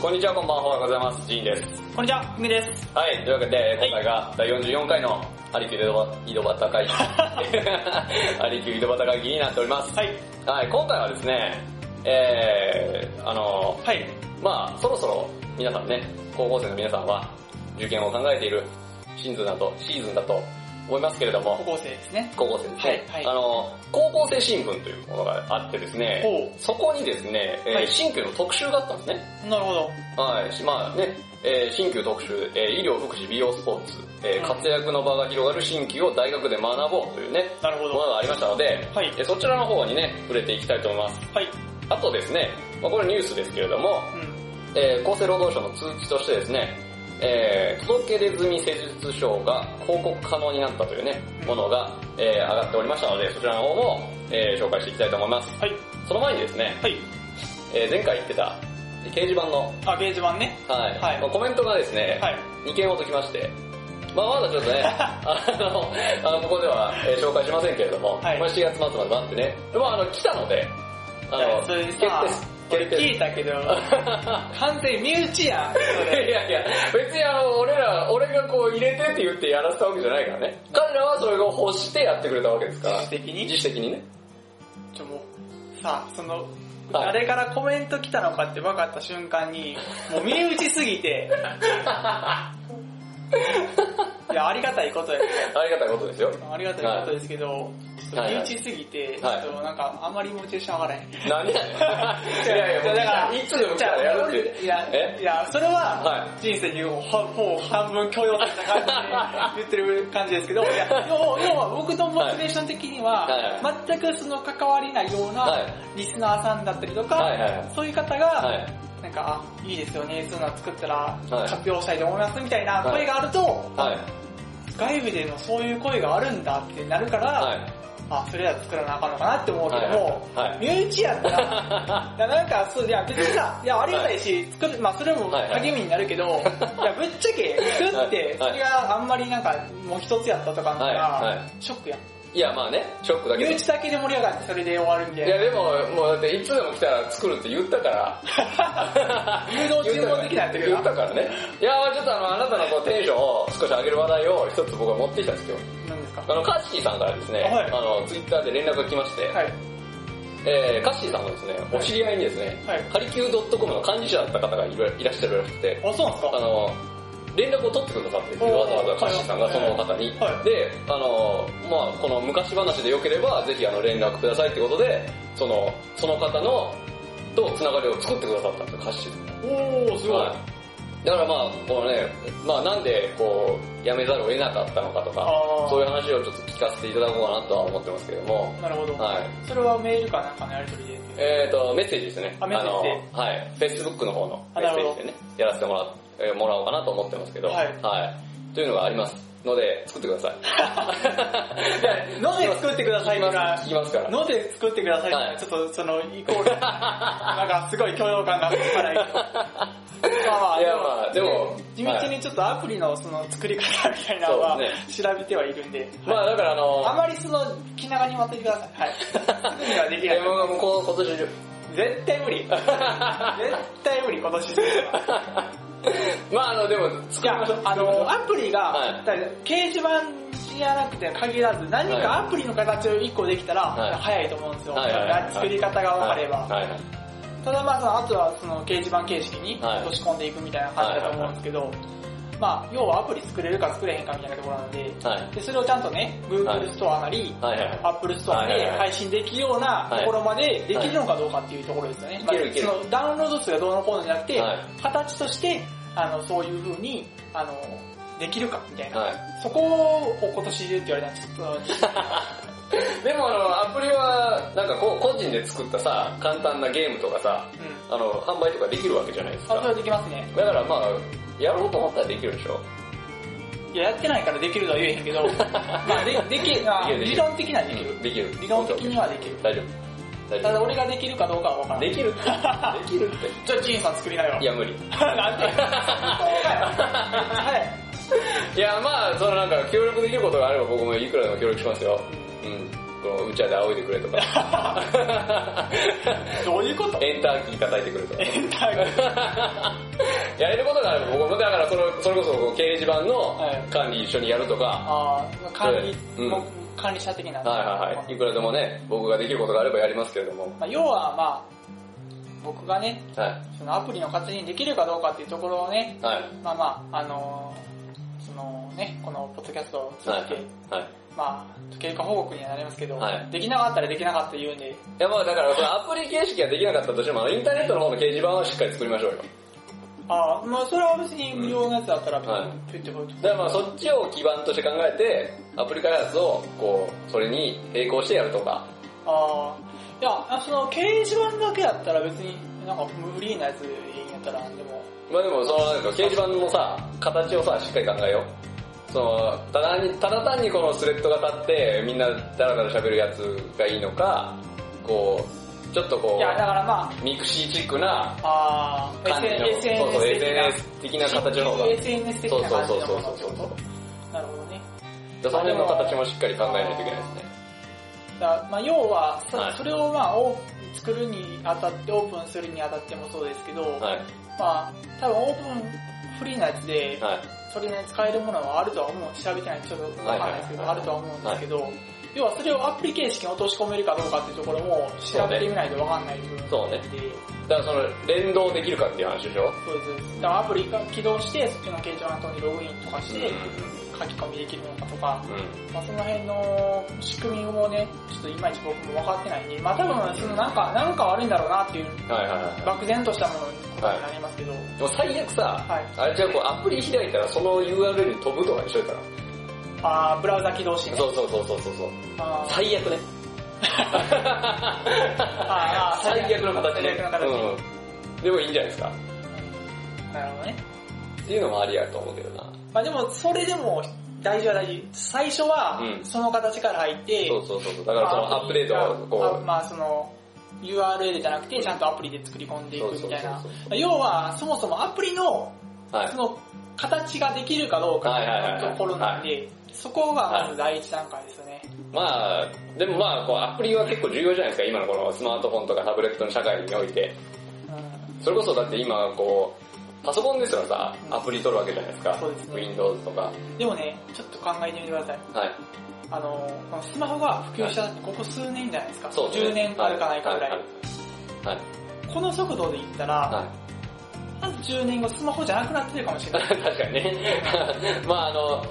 こんにちは、こんばんは、おはようございます。ジンです。こんにちは、ふみです。はい、というわけで、今回が第44回のアリキュー井戸端 会議、アリキュー井戸端会議になっております。はい。はい、今回はですね、えー、あの、はい。まあそろそろ皆さんね、高校生の皆さんは受験を考えているシーズンだと、シーズンだと思いますけれど高も、校生ですね。高校生ですね、はいあの、高校生新聞というものがあってですね、ほそこにですね、えーはい新旧の特集があったんですね。う。なるほど。はい、しまあね、えー新旧特集、えー医療、福祉、美容、スポーツ、えーうん活躍の場が広がる新旧を大学で学ぼうというね、なるほもど。のがありましたので、はい。えーそちらの方にね、触れていきたいと思います。はい。あとですね、まあ、これニュースですけれども、うん。えー厚生労働省の通知としてですね、えー届け出済み施術証が報告可能になったというね、ものが、えー上がっておりましたので、そちらの方も、えー紹介していきたいと思います。はい。その前にですね、はい。えー前回言ってた掲示板の、あ、掲示板ね。はいはいまあコメントがですね、はい。 2件ほどきまして、まあまだちょっ とね、あの、あのここでは、えー紹介しませんけれども、はいまあ7月末まで待ってね、まああの、来たので、あの、それ決定さ、俺決定聞いたけ ど、完全身内やん。いそれやいや、別にあの、俺ら、俺がこう入れてって言ってやらせたわけじゃないからね。彼らはそれを欲してやってくれたわけですから。自主的に自主的にね。ちょ、もう、さ、その、はい誰からコメント来たのかって分かった瞬間に、もう身内すぎ て、いや、ありがたいことやけどありがたいことですよ。ありがたいことですけど、ちょっと身内すぎて、ちょはいっとなんかあんまりモチベーション上がらへん。何 いやいや、じゃあだからいつでも来たらやるっていやえいやそれはは人生にほほぼ半分強要された感じで言ってる感じですけど、いや要は要は僕のモチベーション的にははいは全くその関わりないようはないリスナーさんだったりとはいはいはかい、そういう方はがい。なんかあいいですよね、そういうの作ったらはい活用したいと思いますみたいな声があると、はい。外部でもそういう声があるんだってなるからは。い。あ、それは作らなあかんのかなって思うけども、はいはい身内やっ たら、いやなんか、そう、いや別にさ、いやありがたいし、作る、まあそれもはいはい励みになる けど、いやぶっちゃけ、作って、そはいはいれがあんまりなんか、もう一つやったとかなったはいはらい、ショックやん。いや、まあね、ショックだけ身ど。内だけで盛り上がってそれで終わるんいやで、でも、もうだっていつでも来たら作るって言った から。誘導注文的なんやってる言よったな。からね。いや、ちょっとあの、あなたのこうテンションを少し上げる話題を一つ僕は持ってきたんですよ。何ですかあの、カッシーさんからですね、はいあの、ツイッターで連絡が来まして、はい。えー、カッシーさんのですね、お知り合いにですね、はいハリキュー .com の管理者だった方がいるいらっしゃるらしくて、あ、そうなんですかあの、連絡を取ってくださって、おーわざわざカッシーさんがその方に。はで、あの、まあこの昔話でよければ、ぜひあの連絡くださいってことで、その、その方の、とつながりを作ってくださったんですよ、カッシーさん。おー、すごい。はい、だからまあこのね、まあなんでこう、辞めざるを得なかったのかとか、あーそういう話をちょっと聞かせていただこうかなとは思ってますけれども、なるほど。はい。それはメールかなんかのやりとりで。えっ、ー、と、メッセージですね。あメッセージであのはい。Facebook の方のあメッなセるーほジどでね、やらせてもらう、えーもらおうかなと思ってますけど、はいいというのがありますので、作ってください。ので作ってください聞きまかすら聞きますから。ので作ってくださいって、はいちょっとそのイ コール、なんかすごい共用感があるからいいけど。まあまあ、いやまあでも地道にちょっとアプリのその作り方みたいなのはそうで調べてはいるんで、まあだからあの、あまりその気長に待っててください。はい。すぐにはできないえー。もうもうこう今年中。 絶対無理。絶対無理、今年 中は。まああの、でも、いや、あの、アプリが、はいだから掲示板じゃなくて限らず、何かアプリの形を1個できたら、はい早いと思うんですよ。はいはいはい作り方が分かれば。はいはいはいただまあその、あとはその掲示板形式にはい落とし込んでいくみたいな感じだと思うんですけど、まあ、要はアプリ作れるか作れへんかみたいなところなんで、はい。でそれをちゃんとね、はい Google ストアなり、はいはい。 Apple ストアはいはでいはい配信できるようなところまでできるのかどうかっていうところですよね。はいいけるいけるまあそのダウンロード数がどうのこうのじゃなくて、はい形として、あの、そういう風に、あの、できるかみたいな。はそこを今年中って言われたらち ょい。っと、でもあの、アプリは、なんかこう、個人で作ったさ、簡単なゲームとかさ、うん。あの、販売とかできるわけじゃないですか。あ、だそれはできますね。からまあ、やろうと思ったらできるでしょ。いや、やってないからできるとは言えへんけ ど、まあで、でき、まあできるできる理論的にはできる。できる。理論的にはできる。大丈夫。大た丈だ俺ができるかどうかは分か夫。らなでい。きる。できるって。 じゃあ、ジンさん作りなよ。いや、無理。なんで はい。いや、まあ、そのなんか、協力できることがあれば僕もいくらでも協力しますよ。うん。この、うちわで仰いでくれとか。 どういうことエンターキー叩いてくれとか。 エンターが。やれることがある僕もだからそれそれこそこう掲示板のはい管理一緒にやるとか、ああ、管理、うんも管理者的な。はいはいはい。いくらでもね、僕ができることがあればやりますけれども。まあ、要はまあ、僕がね、はそのアプリの活用にできるかどうかっていうところをね、い。はい。まあまあ、あのーそのね、このポッドキャストを通じて、はい。はい。まあ、経過報告にはなりますけど、はいできなかったらできなかった言うんで、いやまあだからそのアプリ形式ができなかったとしても、あのインターネットの方の掲示板はしっかり作りましょうよ。ああ、まあそれは別に無料のやつだったら、はいピュッてこうだからまあそっちを基盤として考えて、アプリ開発をこう、それに並行してやるとか。ああ、いや、あその掲示板だけだったら別に、なんかフリーなやつでいいんやったら、でも、まあでもそのなんか掲示板のさ、形をさ、しっかり考えよう。その、ただに、ただ単にこのスレッドが立って、みんなダラダラ喋るやつがいいのか、こう、ちょっとこいや、だう、からまミクシーチックなあ、ああ、感じの、そうそう、SNS 的な形の方が。 SNS 的そうなそう感そうじのそうものってそうこそう。となるほどね。その辺の形もしっかり考えないといけないですね。だからまあ、要は、そはいそれをまあ、オープン作るにあたって、オープンするにあたってもそうですけど、はい。まあ、多分オープンフリーなやつで、はい。それに使えるものはあるとは思う、調べてないとちょっとわかんないですけど、はあいはいはいるとは思うんですけど、要はそれをアプリ形式に落とし込めるかどうかっていうところも調べてみないとわかんない部分で、そうね。だからその、連動できるかっていう話でしょそうです。だからアプリが起動して、そっちの掲示板の方にログインとかして、う書き込みできるのかとか、ん。うん。まあ、その辺の仕組みもね、ちょっといまいち僕も分かってないんで、まあ多分そのなんか、なんか悪いんだろうなっていう、はいはいは。漠然としたものになりますけど、はいでも最悪さ、い。あれじゃあこうアプリ開いたらその URL に飛ぶとかにしといたら。あーブラウザ起動してね。そうそうそうそうそうそう。あー最悪ね。あー最悪の形ね最悪の形。うん。でもいいんじゃないですか。なるほどね。っていうのもありやと思うけどな。まあでも、それでも大事は大事。最初はう、んその形から入って、そうそうそうそう。だからそまのあアップデートをあこまあその、URL じゃなくて、ちゃんとアプリで作り込んでいくみたいなそうそうそう。要は、そもそもアプリのう、はいそ。の形ができるかどうかのところなんはで、そこがまず第一段階ですよね。まあ、でもまあ、こうアプリは結構重要じゃないですか。今のこのスマートフォンとかタブレットの社会において。うんそれこそだって今こう、パソコンですらさ、アプリ取るわけじゃないですか。そうですね Windows とか。でもね、ちょっと考えてみてください。はい。あの、このスマホが普及したここ数年じゃないですか。そうですね10年あるかないかぐらはいい。はい。この速度で言ったら、はあと10年後スマホじゃなくなってるかもしれないい。。 確かにね。 まああの、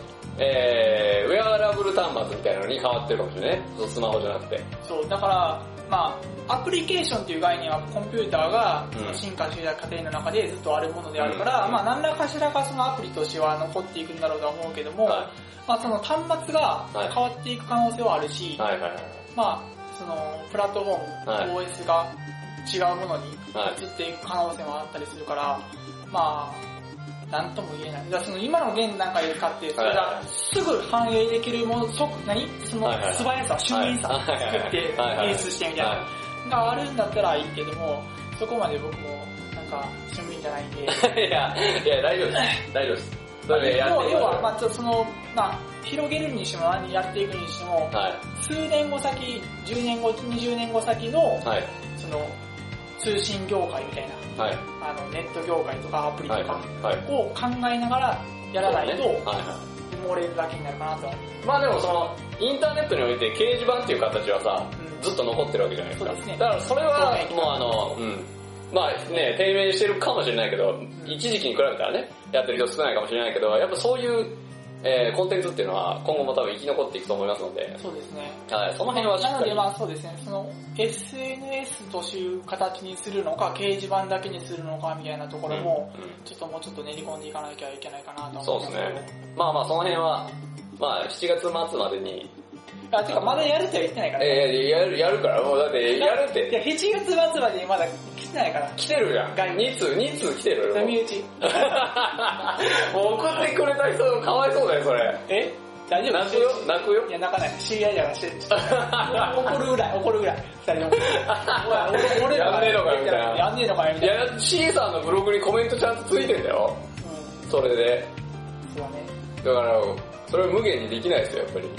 えー、ウェアラブル端末みたいなのに変わってるかもしれないね。そうスマホじゃなくて。そう、だから、まあ、アプリケーションっていう概念はコンピューターがうん進化していた過程の中でずっとあるものであるから、うんまあ何らかしらがそのアプリとしては残っていくんだろうとは思うけども、はまあその端末が変わっていく可能性はあるし、い。はいはいはい。まあそのプラットフォーム、OS が違うものにはい。移っていく可能性もあったりするから、まあ、なんとも言えない。だからその今の現段階で使って、それがすぐ反映できるもの、即、何そのはいはい素早さ、俊敏さはいはいはい作ってはいはい演出してみたいな。はがあるんだったらいいけども、そこまで僕も、なんか、俊敏じゃないんで。い、いや、いや、大丈夫です。大丈夫です。 それでやっていきま要しょうは、まあ、ちょっとその、まあ、広げるにしても、何やっていくにしても、はい。数年後先、10年後、20年後先の、はい。その、通信業界みたいはい。な、あの、ネット業界とかアプリとはい。かはい。を考えながらやらないと、そうねはいはい。埋もれるだけになるかなとは思う。まあでもその、インターネットにおいて掲示板っていう形はさ、うんずっと残ってるわけじゃないですか。そうですねだからそれそうはね、もうあの、うん。まあね、低迷してるかもしれないけど、一時期に比べたらね、やってる人少ないかもしれないけど、やっぱそういう、えーコンテンツっていうのは今後も多分生き残っていくと思いますので、そうですね。はい、その辺はしっなかのでり。まあそうですね、その SNS という形にするのか、掲示板だけにするのかみたいなところも、うんうんちょっともうちょっと練り込んでいかなきゃいけないかなとそうで思いすますけどね。まあまあその辺は、まあ7月末までに、あ、てかまだやるっては言ってないから、ね。えーやる、やるから、もうだってやるっいや、て、 7月末までにまだ来てないから。来てるじゃん。外部2通、2通来てるよ。波打ち。もう送ってくれた人かわいそうだよ、それ。え大丈夫泣くよ、泣くよい。や、泣かない。知り合いだからして、ちょっと怒るぐらい、怒るぐらい。二人の。おい俺らやんねえのかよみたいなやんねえのかよ、みいたいな。や、C さんのブログにコメントちゃんとついてんだよ。それで。うん、そうだね。だから、それは無限にできないですよ、やっぱり。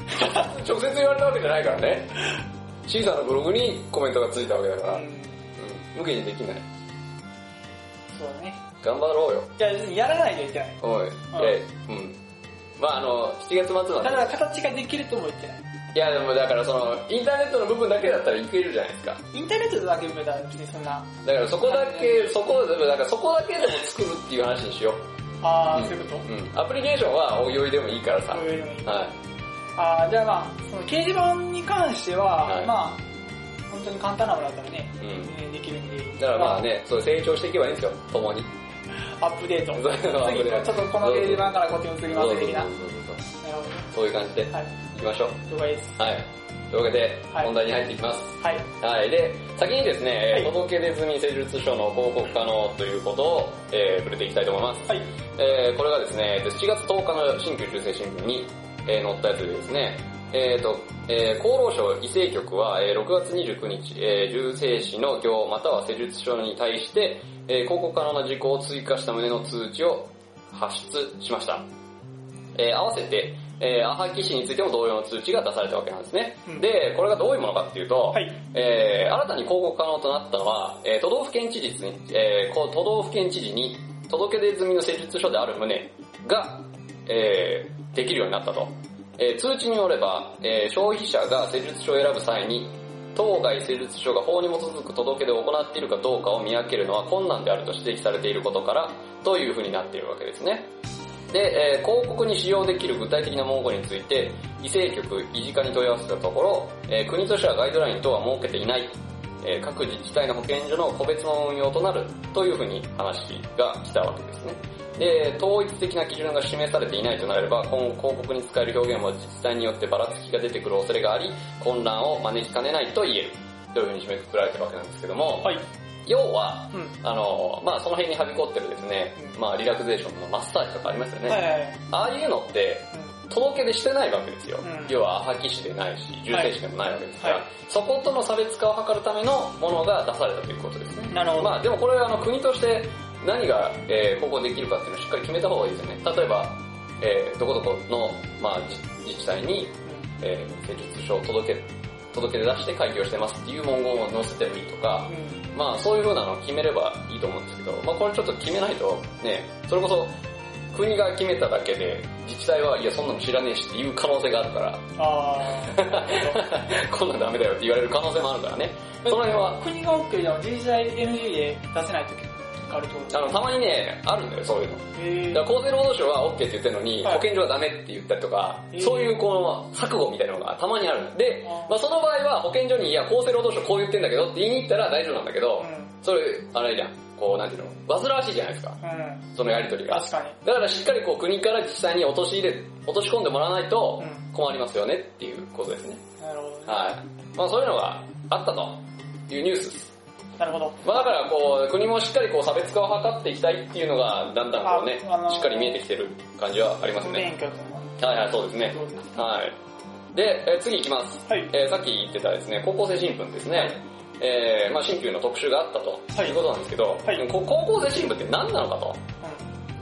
直接言われたわけじゃないからね。C さんのブログにコメントがついたわけだから。ううんん無限にできない。そうだね。頑張ろうよ。じゃあ、やらないといけない。おい。え、うん。まああの、7月末までた。だ、形ができるとも言ってない。いやでもだからその、インターネットの部分だけだったらいけるじゃないですか。インターネットだけ見たら別にそんな、だからそこだけ、そこ、だからそこだけでも作るっていう話にしよあー、そういうこう。うん。アプリケーションはおいおいでもいいからとさ。こはうい。いうのに。あー、じゃあまあ、その掲示板に関しては、はいまあ、本当に簡単なものだったらね、うん。えーできるんで。だからまあね、そう成長していけばいいんですよ、共に。まあ。アップデー ト。そういうのは次、ちょっとこの掲示板からこっちに移ります的な。なるそうそうそうほどね。そういう感じではい。いきましょう。了解です。はい。というわけで、はい本題に入っていきます。はい。はい。で、先にですね、はい届け出済み施術書の報告可能ということを、えー触れていきたいと思います。はい。えーこれがですね、7月10日の新旧中世新聞に、えー載ったやつでですね、えーと、えー厚労省医政局は、えー6月29日、えー重生死の行または施術書に対して、えー広告可能な事項を追加した旨の通知を発出しました。えー合わせて、えーアハ機種についても同様の通知が出されたわけなんですね。うんで、これがどういうものかっていうと、はい。えー新たに広告可能となったのは、えー都道府県知事に、えーこう都道府県知事に届け出済みの施術書である旨が、えーできるようになったと。えー通知によれば、えー消費者が施術書を選ぶ際に、当該施術書が法に基づく届け出を行っているかどうかを見分けるのは困難であると指摘されていることから、というふうになっているわけですね。で、えー広告に使用できる具体的な文言について、医政局、医事課に問い合わせたところ、えー国としてはガイドライン等は設けていない、えー各自治体の保健所の個別の運用となるというふうに話が来たわけですね。で、統一的な基準が示されていないとなれば、今後広告に使える表現も自治体によってばらつきが出てくる恐れがあり、混乱を招きかねないと言える。というふうに締めくくられてるわけなんですけども、はい。要は、うん。あの、まあその辺にはびこってるですね、うんまあリラクゼーションのマッサージとかありますよね。はいはいはい。ああいうのって、届け出してないわけですよ。うん要は、破棄紙でないし、重生紙でもないわけですから、はいそことの差別化を図るためのものが出されたということですね。うん。なるほど。まあ、でもこれはあの国として何が、えー、ここできるかっていうのをしっかり決めた方がいいですよね。例えば、えーどこどこの、まあ、自自治体に、えー、施術書を届け、届け出出して開業してますっていう文言を載せてもいいとか、うん。まあそういう風なのを決めればいいと思うんですけど、まあこれちょっと決めないとね、それこそ国が決めただけで自治体はいやそんなの知らねえしっていう可能性があるから、 あー。なるこほどんなんダメだよって言われる可能性もあるからね。その辺は、国が OK でも自治体 NG で出せない時があるってことあの、たまにね、あるんだよ、そういうの。へだーから厚生労働省は OK って言ってるのに、はい保健所はダメって言ったりとか、えーそういうこの錯誤みたいなのがたまにある。であ、ーまあその場合は保健所に、いや、厚生労働省こう言ってんだけどって言いに行ったら大丈夫なんだけど、うそれ、あれじゃん、こう、なんていうの、煩わしいじゃないですか、ん。うん。そのやりとりが。確かに。だからしっかりこう国から自治体に落とし入れ、落とし込んでもらわないとうん困りますよねっていうことですね。なるほどね。はい。まあそういうのがあったというニュースです。なるほど。まあだからこう国もしっかりこう差別化を図っていきたいっていうのがだんだんこうねああの、ーしっかり見えてきてる感じはありますね。勉強とか。はいはい、そうですね。はい。で、えー次行きます。はい。えーさっき言ってたですね、高校生新聞ですね。えーまあ新旧の特集があったと、はいい、うことなんですけど、はいでもこ高校生新聞って何なのかと。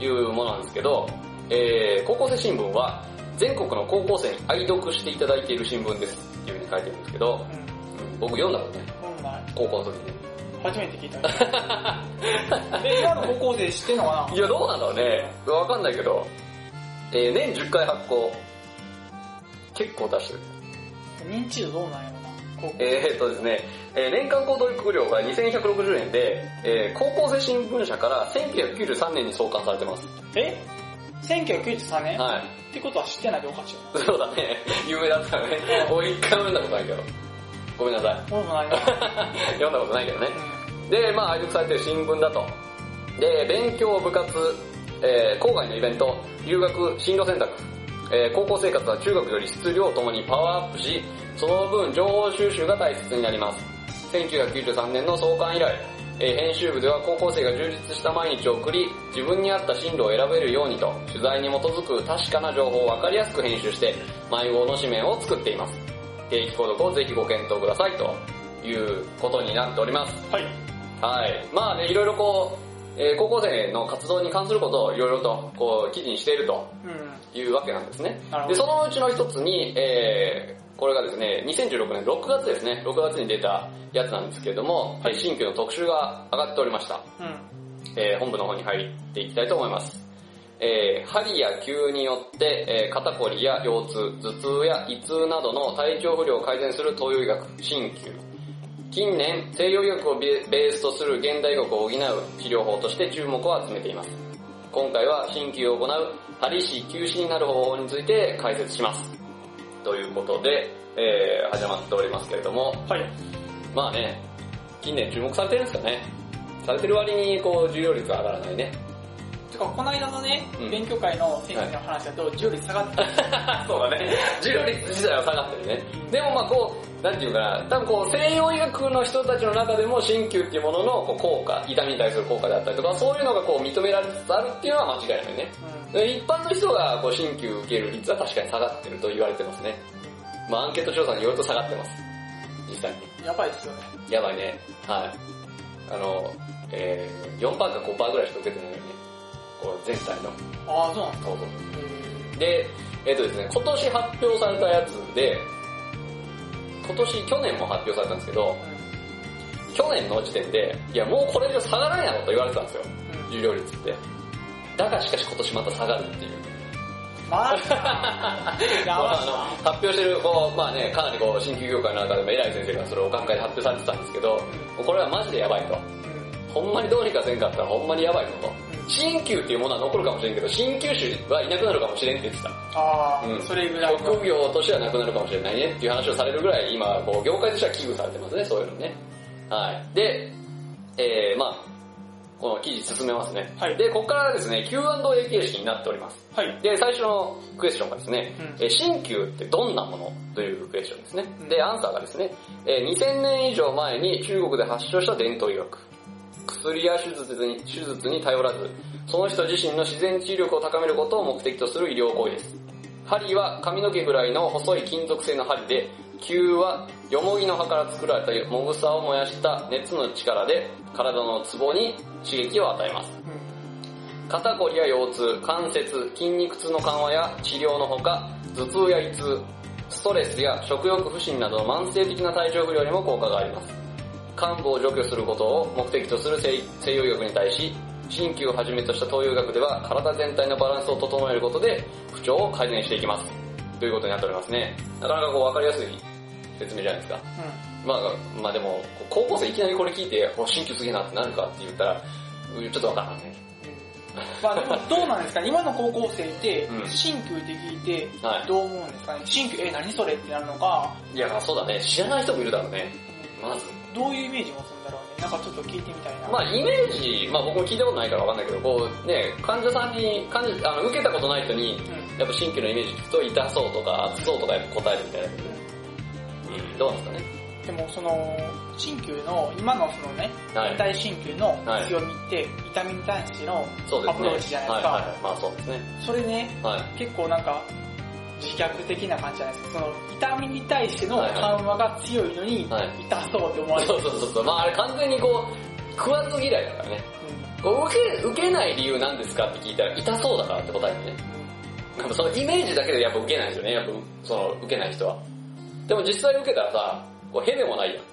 いうものなんですけど、えー高校生新聞は全国の高校生に愛読していただいている新聞ですっていうふうに書いてるんですけどう、ん。うん。僕読んだことね、うん。まあ高校の時に。初めて聞いたね。 で、今の高校生知ってんのかいや、どうなんだろうね。わかんないけど、えー年10回発行。結構出してる。な認知度どうなんやろな。高校。えーっとですね、えー年間購読料が2160円で、えー高校生新聞社から1993年に創刊されてます。え ?1993 年っはい。てことは知ってないでおかしいよそうだね。 有名だったよね。 俺一回も読んだことないけど。ごめんなさい。な。俺もな いな。読んだことないけどねう。で、まあ、愛読されてる新聞だと。で、勉強、部活、えー郊外のイベント、留学、進路選択、えー高校生活は中学より質量ともにパワーアップし、その分情報収集が大切になります。1993年の創刊以来、えー編集部では高校生が充実した毎日を送り、自分に合った進路を選べるようにと、取材に基づく確かな情報を分かりやすく編集して、迷子の紙面を作っています。定期購読をぜひご検討くださいということになっております。んはい。はい。まあね、いろいろこう、えー高校生の活動に関することをいろいろと、こう、記事にしているとうん。いうわけなんですねなる。ほどで、そのうちの一つに、えーこれがですね、2016年6月ですね、6月に出たやつなんですけれども、えはいー新旧の特集が上がっておりました。うん。えー本部の方に入っていきたいと思います。えー針や急によって、えー肩こりや腰痛、頭痛や胃痛などの体調不良を改善する東洋医学、鍼灸。近年、西洋医学をベベースとする現代医学を補う治療法として注目を集めています。今回は鍼灸を行う針師休止になる方法について解説します。ということで、えー始まっておりますけれども、はい。まあね、近年注目されてるんですかね。されてる割に、こう、重要率は上がらないね。てか、この間のねうん、勉強会の先生の話だと、重率下がってた。そうだね。 重要率自体は下がってるね。でもまあこう、なんていうかな、多分こう、西洋医学の人たちの中でも、鍼灸っていうもののこう効果、痛みに対する効果であったりとか、そういうのがこう、認められつつあるっていうのは間違いないね。で一般の人がこう鍼灸受ける率は確かに下がってると言われてますね。まあアンケート調査によると下がってます。実際に。うん。やばいですよね。やばいね。はい。あの、えー、4%か5%ぐらいしか受けてないよね。こう、全体のああ、そうなんだ。投稿。えで、えっ、とですね、今年発表されたやつで、今年、去年も発表されたんですけど、ー去年の時点で、いやもうこれ以上下がらんやろと言われてたんですよ。うん重量率って。だがしかし今年また下がるっていう。マジか。やばそいうなあの発表してるこう、まあね、かなりこう新規業界の中でも偉い先生がそれを学会で発表されてたんですけど、もうこれはマジでやばいと。ほんまにどうにかせんかったらほんまにやばいぞと。新旧っていうものは残るかもしれんけど、新旧種はいなくなるかもしれんって言ってた。あうんあ、それぐらいの。職業としてはなくなるかもしれないねっていう話をされるぐらい、今、こう、業界としては危惧されてますね、そういうのね。はい。で、えー、まあこの記事進めますね。はいで、ここからですね、Q&A 形式になっております。はい。で、最初のクエスチョンがですね、うんえー鍼灸ってどんなものというクエスチョンですね。うんで、アンサーがですね、えー2000年以上前に中国で発症した伝統医学。薬や手術に手術に頼らず、その人自身の自然治癒力を高めることを目的とする医療行為です。針は髪の毛ぐらいの細い金属製の針で、球はよもぎの葉から作られたもぐさを燃やした熱の力で体のツボに刺激を与えます。うん肩こりや腰痛、関節、筋肉痛の緩和や治療のほか、頭痛や胃痛、ストレスや食欲不振などの慢性的な体調不良にも効果があります。患部を除去することを目的とする西西洋医学に対し、鍼灸をはじめとした東洋医学では体全体のバランスを整えることで不調を改善していきます。ということになっておりますね。なかなかこうわかりやすい説明じゃないですか。まあ、まあでも、高校生いきなりこれ聞いて、お鍼灸すげえなってなるかって言ったら、うんちょっとわからんね。まあでもどうなんですかね今の高校生ってうん、新旧って聞いて、はい。どう思うんですかね新旧、え、何それってなるのか、いや、そうだね。知らない人もいるだろうね。まず。どういうイメージ持つんだろうね。なんかちょっと聞いてみたいな。まあイメージ、まあ僕も聞いたことないからわかんないけど、こうね、患者さんに、患者、あの、受けたことない人に、うんやっぱ新規のイメージ聞くと痛そうとか熱そうとかやっぱ答えるみたいだけど、うん、どうなんですかね。でもその、新旧の、今のそのね、はい全体新旧のはい強みって、痛みに対してのそうですね。アプローチじゃないですはいはいか。はい。まあそうですね。それね、はい。結構なんか、自虐的な感じじゃないですか。その、痛みに対してのはいはい緩和が強いのに、はい痛そうって思われる。そうそうそうそう。まああれ完全にこう、食わず嫌いだからね。こう受け、受けない理由なんですかって聞いたら痛そうだからって答えるね。やっぱそのイメージだけでやっぱ受けないですよね。やっぱその受けない人は。でも実際受けたらさ、こうへでもないやん。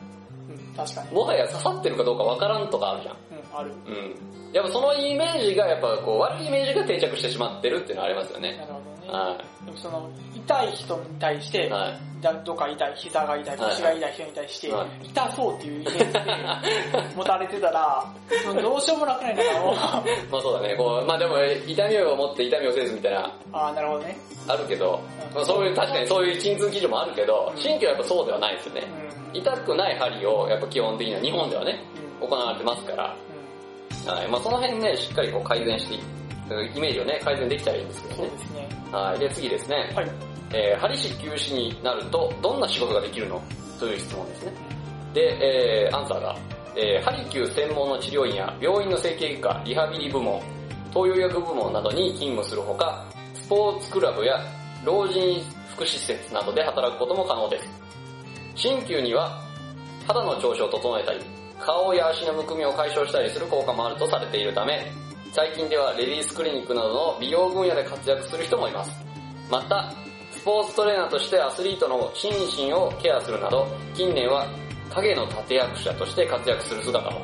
うんうんうん確かに。もはや刺さってるかどうかわからんとかあるじゃん。うん、ある。うん。やっぱそのイメージが、やっぱこう、悪いイメージが定着してしまってるっていうのはありますよね。なるほどね。はでもその、痛い人に対しい。て、はい。だどっか痛い、膝が痛い、腰が痛い人に対して、は痛そうっていうイメージで持たれて たら、もうどうしようもなくないなもうまあそうだね、こう、まあでも、痛みを持って痛みをせずみたいな、ああ、なるほどね。あるけど、まあそういう、確かにそういう鎮痛基準もあるけど、神経はやっぱそうではないですようん。ね。うん痛くない針を、やっぱ基本的には日本ではね、行われてますから、はい。まあその辺ね、しっかりこう改善して、イメージをね、改善できたらいいんですけどそうねで。すね。はい。で、次ですね。はい。えー、針師休止になるとどんな仕事ができるのという質問ですね。で、えー、アンサーが、えー、針灸専門の治療院や病院の整形外科、リハビリ部門、東洋医学部門などに勤務するほか、スポーツクラブや老人福祉施設などで働くことも可能です。鍼灸には肌の調子を整えたり、顔や足のむくみを解消したりする効果もあるとされているため、最近ではレディースクリニックなどの美容分野で活躍する人もいます。また、スポーツトレーナーとしてアスリートの心身をケアするなど、近年は影の立役者として活躍する姿も。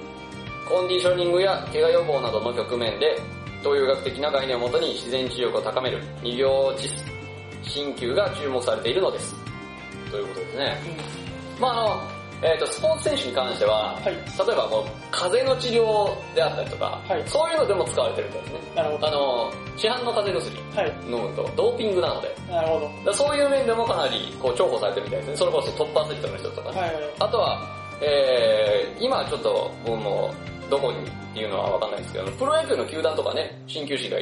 コンディショニングや怪我予防などの局面で、東洋医学的な概念をもとに自然治癒力を高める医療実鍼灸が注目されているのです。ということですね。まああの、えっ、と、スポーツ選手に関しては、はい例えばこう、風邪の治療であったりとか、はいそういうのでも使われてるんですね。なるほどあ。の、市販の風邪薬はい。飲むとドーピングなので、なるほど。だからそういう面でもかなりこう重宝されてるみたいですね。それこそトップアスリートの人とかね、はい。あとは、えー、今はちょっと僕もどこにっていうのはわかんないですけど、プロ野球の球団とかね、鍼灸師が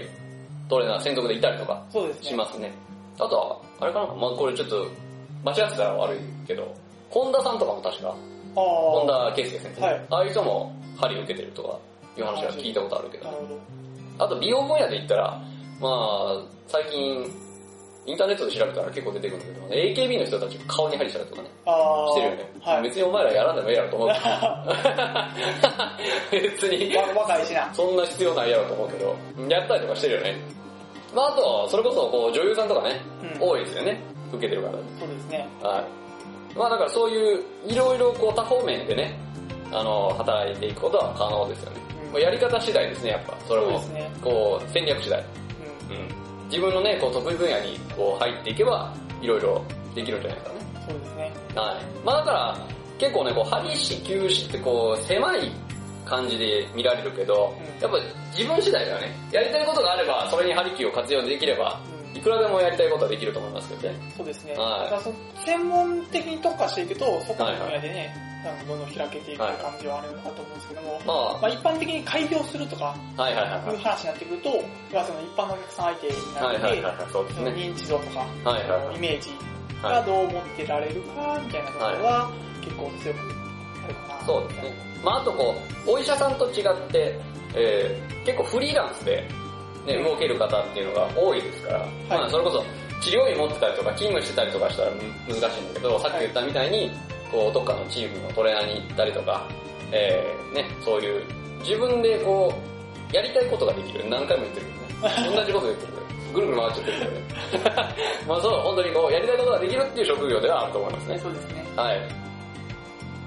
トレーナー専属でいたりとかそうですね。しますね。あとは、あれかなまあこれちょっと間違ってたら悪いけど、本田さんとかも確か、ああ。本田圭佑先生、はいああいう人も針を受けてるとかいう話は聞いたことあるけどな、るほど。あと美容分野で言ったら、まあ、最近、インターネットで調べたら結構出てくるんだけど、AKB の人たち顔に針したりとかね、ああ。してるよね。はい。別にお前らやらんでもええやろと思う けど。別に、わ若いしな。そんな必要ないやろと思うけど、やったりとかしてるよね。まああとは、それこそこう女優さんとかね、うん多いですよね。受けてる方。そうですね。はい。まあだからそういう、いろいろこう多方面でね、あの、働いていくことは可能ですよね。うんもうやり方次第ですね、やっぱ。それそうでもす、ね。こう、戦略次第。ううん、自分のね、こう得意分野にこう入っていけば、いろいろできるんじゃないかなね。ん。そうですね。はい。まあだから、結構ね、こう、針師、休師ってこう、狭い感じで見られるけどう、んやっぱ自分次第だよね。やりたいことがあれば、それに針球を活用できれば、いくらでもやりたいことはできると思いますけどね。うん。そうですね。はいただその専門的に特化していくと、そこはの分いは野でね、なんかどんどん開けていくはい感じはあるのかと思うんですけども、まあ、まあ一般的に開業するとか、はいはいはいいはうい。話になってくると、要はその一般のお客さん相手にはいはなっいて、はい、そうですそのね。認知度とか、はいはいはいイメージがどう思ってられるか、みたいなところは結構強くあるかな。そうですね。まああとこう、お医者さんと違って、えー結構フリーランスで、ね、動ける方っていうのが多いですから、まあそれこそ治療院持ってたりとか勤務してたりとかしたらむ難しいんだけど、さっき言ったみたいに、こう、どっかのチームのトレーナーに行ったりとか、えーね、そういう、自分でこう、やりたいことができる。何回も言ってるけどね。同じこと言ってるけど。ぐるぐる回っちゃってるけ どね。まあそう、本当にこう、やりたいことができるっていう職業ではあると思いますね。そうですね。はい。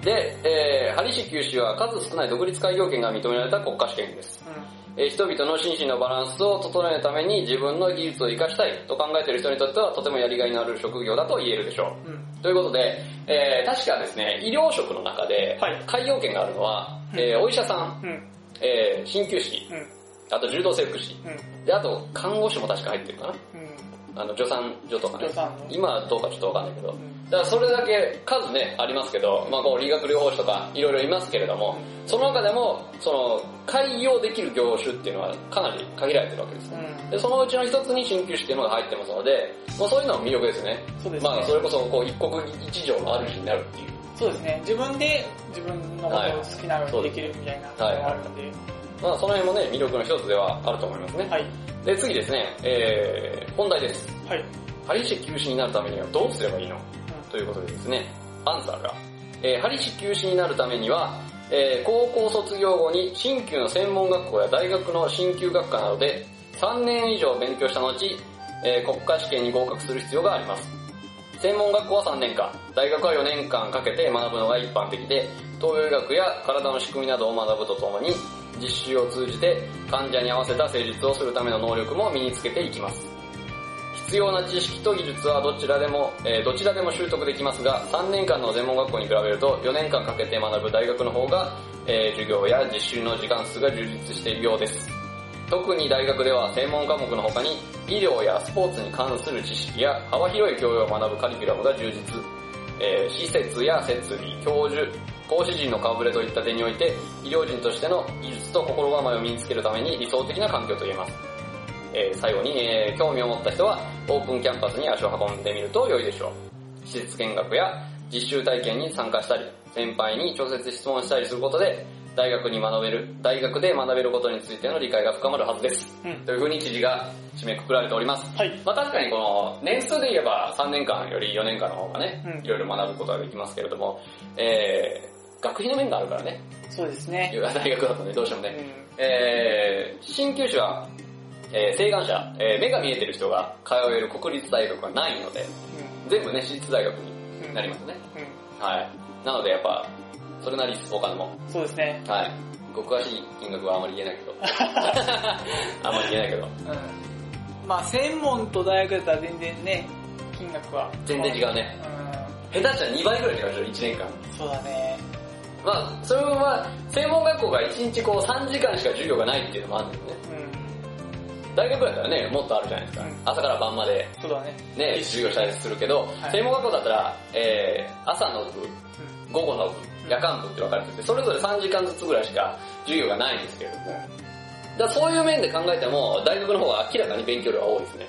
で、えー、ハリ市九州は数少ない独立開業権が認められた国家試験です。えー人々の心身のバランスを整えるために自分の技術を活かしたいと考えている人にとってはとてもやりがいのある職業だと言えるでしょうん。うん。う。ということで、えー、確かですね、医療職の中ではい、開業権があるのは、うんえー、お医者さん、うん。えー、鍼灸師、うん。あと柔道整復師、うん。で、あと看護師も確か入ってるかうな。あの、助産所とかね助産の。今はどうかちょっとわかんないけどん。う、ん。だからそれだけ数ね、ありますけど、まあこう理学療法士とかいろいろいますけれども、その中でも、その、開業できる業種っていうのはかなり限られてるわけですうね。んで、そのうちの一つに鍼灸師っていうのが入ってますので、もうそういうのも魅力ですね。そうですね。まあそれこそこう一国一城の主になるっていう。そうですね。自分で自分のことを好きなようにできるみたいなところがあるので、まあその辺もね、魅力の一つではあると思いますね。はい。で、次ですね、えー、本題です。はい。うんハリ市休止になるためにはどうすればいいのということでですね、アンサーが、えー、針師休止になるためには、えー高校卒業後に鍼灸の専門学校や大学の鍼灸学科などで3年以上勉強した後、えー国家試験に合格する必要があります。専門学校は3年間、大学は4年間かけて学ぶのが一般的で、東洋医学や体の仕組みなどを学ぶとともに、実習を通じて患者に合わせた施術をするための能力も身につけていきます。必要な知識と技術はどちらでも、えーどちらでも習得できますが、3年間の専門学校に比べると4年間かけて学ぶ大学の方が、えー授業や実習の時間数が充実しているようです。特に大学では専門科目の他に医療やスポーツに関する知識や幅広い教養を学ぶカリキュラムが充実、えー施設や設備、教授、講師陣の顔ぶれといった点において医療人としての技術と心構えを身につけるために理想的な環境と言えます。えー最後に、えー興味を持った人はオープンキャンパスに足を運んでみると良いでしょう。施設見学や実習体験に参加したり、先輩に直接質問したりすることで、大学に学べる、大学で学べることについての理解が深まるはずです。うん。というふうに知事が締めくくられております。はい。まあ確かにこの年数で言えば3年間より4年間の方がね、うんいろいろ学ぶことができますけれども、えー、学費の面があるからね、そうですね。大学だとね、どうしてもね、うんえー、鍼灸師は、えー、請願者、えー目が見えてる人が通える国立大学がないので、全部ね、私立大学にうんなりますね。うはい。なのでやっぱ、それなりにお金も。ん。そうですね。はい。詳しい金額はあまり言えない けど。あまり言えないけど。うん。まあ専門と大学だったら全然ね、金額は。全然違うね。下手したら2倍ぐらい違うでしょ、1年間。うん。そうだね。まあ、それは、専門学校が1日こう3時間しか授業がないっていうのもあるんだよね。うん。大学だったらね、もっとあるじゃないですかうん。朝から晩までそうだね。ね、授業したりするけど、い専門学校だったら、えー、朝の部、うん午後の部、夜間部って分かれてて、それぞれ3時間ずつぐらいしか授業がないんですけれども、だからそういう面で考えても、大学の方は明らかに勉強量が多いですね。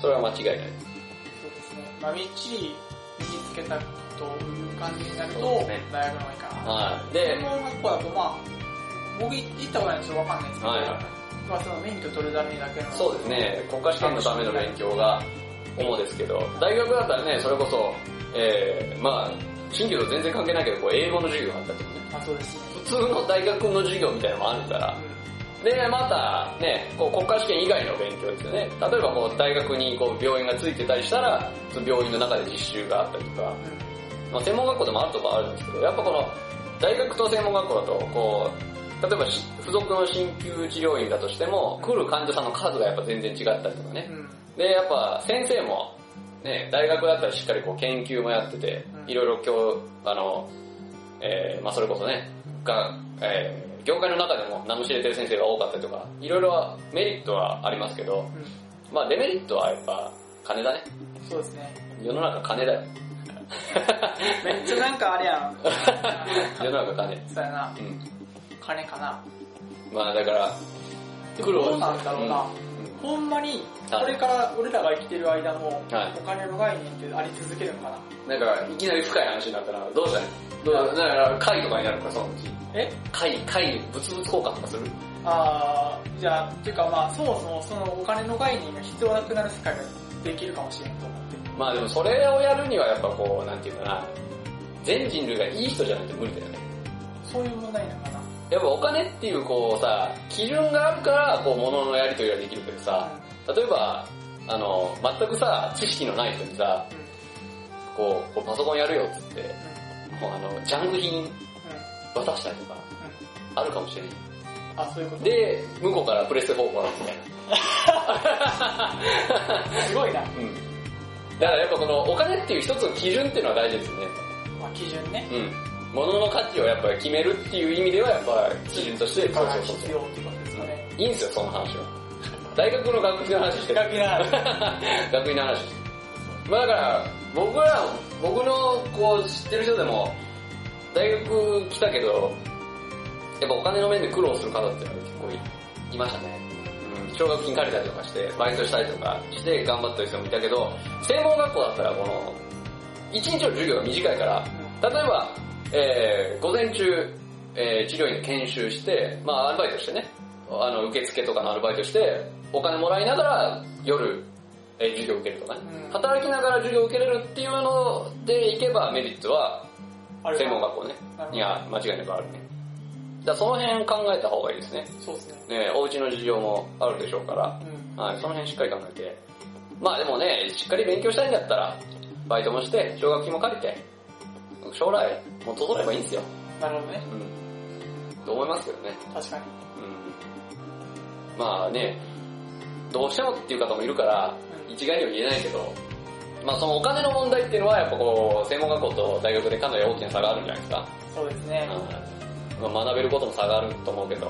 それは間違いない。そうですね。まあみっちり身につけたという感じになると、そうですね大学の方がいいかな。はい。で、専門学校だとまあ、僕行ったことないんですよ、わかんないですけど、はいはいまあその免許取るためだけの。そうですね、国家試験のための勉強が主ですけど、大学だったらね、それこそ、えー、まあ、新業と全然関係ないけど、こう英語の授業があったりとかね、まあそうですね。普通の大学の授業みたいなのもあるから、で、またね、こう国家試験以外の勉強ですよね。例えばこう大学にこう病院がついてたりしたら、その病院の中で実習があったりとか、まあ、専門学校でもあるとこはあるんですけど、やっぱこの大学と専門学校だと、こう、例えばし付属の鍼灸治療院だとしても、来る患者さんの数がやっぱ全然違ったりとかねう。ん。うん。で、やっぱ先生も、ね、大学だったらしっかりこう研究もやっててう、んいろいろ今日、あの、えーまあそれこそね、が、えー業界の中でも名の知れてる先生が多かったりとか、いろいろメリットはありますけど、うまあデメリットはやっぱ金だね。ん。そうですね。世の中金だよ。めっちゃなんかあれや ん。世の中金。そうやな。うん。金かな。まあだから、苦労どうなんだろうな。うほんまに、これから俺らが生きてる間も、はいお金の概念ってあり続けるのかな。んなんか、いきなり深い話になったら、どうしたいどうだから、会とかになるのか、そのうち。え会、会に物々交換とかするあー、じゃあ、っていうかまあ、そもそもそのお金の概念が必要なくなる世界ができるかもしれんと思って。まあでもそれをやるにはやっぱこう、なんていうかな、全人類がいい人じゃないと無理だよね。そういう問題なのかな。やっぱお金っていうこうさ、基準があるから、こう、物のやり取りができるけどさ、例えば、あの、全くさ、知識のない人にさ、うん。うん。こう、こうパソコンやるよっつって、もうあの、ジャンク品う渡したりとか、あるかもしれない。ん。うん。あ、そういうこと。で、向こうからプレステ4もらうみたいな。すごいな。うん。だからやっぱこのお金っていう一つの基準っていうのは大事ですよね。まあ、基準ね。うん。物の価値をやっぱり決めるっていう意味ではやっぱり基準として、がそうそう必そう。要っていうことですよね。いいんですよ、その話は。大学の学費の話してる。学費の話学費の話。まあだから、僕ら、僕のこう知ってる人でも、大学来たけど、やっぱお金の面で苦労する方って結構いいましたね。うん奨学金借りたりとかして、バイトしたりとかして頑張ってる人もいたけど、専門学校だったらこの、一日の授業が短いから、例えば、えー午前中、えー治療院で研修して、まあアルバイトしてね、あの、受付とかのアルバイトして、お金もらいながら夜、えー授業受けるとかね、うん働きながら授業受けれるっていうのでいけばメリットはあれ専門学校ねなるほ。どいや、間違いなくあるね。だからその辺考えた方がいいですね。そうですね。ねお家の事情もあるでしょうから、うん。はい、その辺しっかり考えて。まあでもね、しっかり勉強したいんだったら、バイトもして、奨学金も借りて、将来、もう整えばいいんですよ。なるほどね。うん。と思いますけどね。確かに。うん。まあね、どうしてもっていう方もいるから、一概には言えないけど、まあそのお金の問題っていうのはやっぱこう、専門学校と大学でかなり大きな差があるんじゃないですか。そうですね。うんまあ、学べることも差があると思うけど。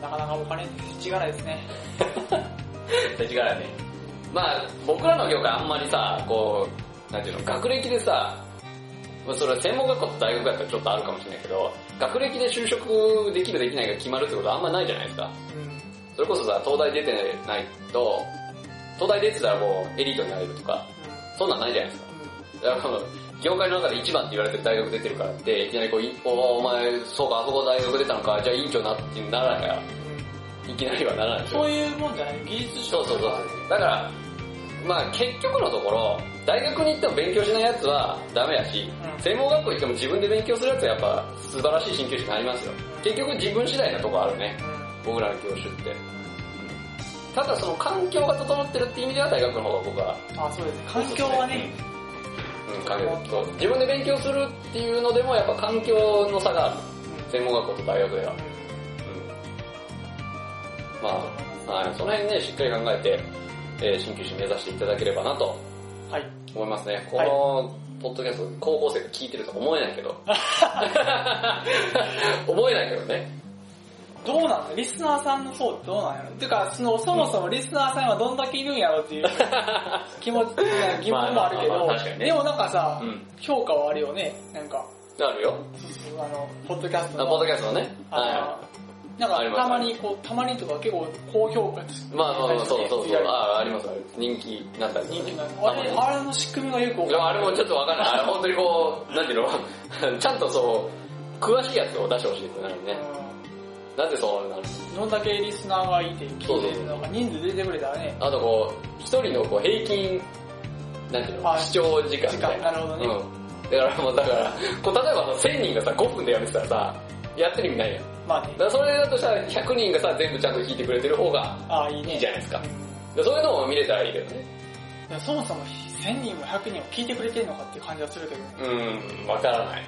なかなかお金違がないですね。絶対違うよね。まあ、僕らの業界あんまりさ、こう、なんていうの、学歴でさ、まあそれは専門学校と大学だったらちょっとあるかもしれないけど、学歴で就職できるできないが決まるってことはあんまないじゃないですか。うん。それこそさ、東大出てないと、東大出てたらもうエリートになれるとか、そんなんないじゃないですか。だからこの、業界の中で一番って言われてる大学出てるからって、いきなりこう、いおお前、そうか、あそこ大学出たのか、じゃあ委員長なってならないから、いきなりはならないでしょそういうもんじゃない技術そうそうそう。だから、まあ結局のところ、大学に行っても勉強しないやつはダメやし、うん専門学校行っても自分で勉強するやつはやっぱ素晴らしい鍼灸師になりますよ。結局自分次第なとこあるね。僕らの教師って。ただその環境が整ってるって意味では大学の方が僕は、あ、そうですね。環境はね、うんうん環境そう自分で勉強するっていうのでもやっぱ環境の差がある専門学校と大学では、うん、まあ、はい、その辺ねしっかり考えて、えー鍼灸師目指していただければなとはい。思いますねこはいのポッドキャスト高校生が聞いてるとは思えないけ ど思えないけどねどうなんだリスナーさんの方ってどうなんやろてか、その、そもそもリスナーさんはどんだけいるんやろ っていう気持ち、疑問もあるけまあまあどまあ確かに、ねでもなんかさうん、評価はあるよね。なんか、なるよそうそうあの、ポッドキャスあトの。ポッドキャストのねあはのなありんますか、たまにこう、たまにとか結構高評価です。いまあまあまあそうそうそうあありますすあります人気になったりとか人気ねなんあれ、あれの仕組みがよくわいかやんないあれもちょっとわかんない。あれ本当にこう、なんていうの ちゃんとそう、詳しいやつを出してほしいですね。ねなぜそうなるうんどんだけリスナーがいて聞いてるのか、人数出てくれたらね、あとこう、一人のこう平均、なんていうのあ視聴時間みたいな。時間なるほどねうん。だからもう、だから、こう例えばさ1000人がさ、5分でやめてたらさ、やってる意味ないやん。だまあねか、らそれだとしたら100人がさ、全部ちゃんと聞いてくれてる方がああ、いいね。いいじゃないですか。でそういうのも見れたらいいけどね。いやそもそも1000人も100人も聞いてくれてるのかっていう感じはするけどね。うん、わからない。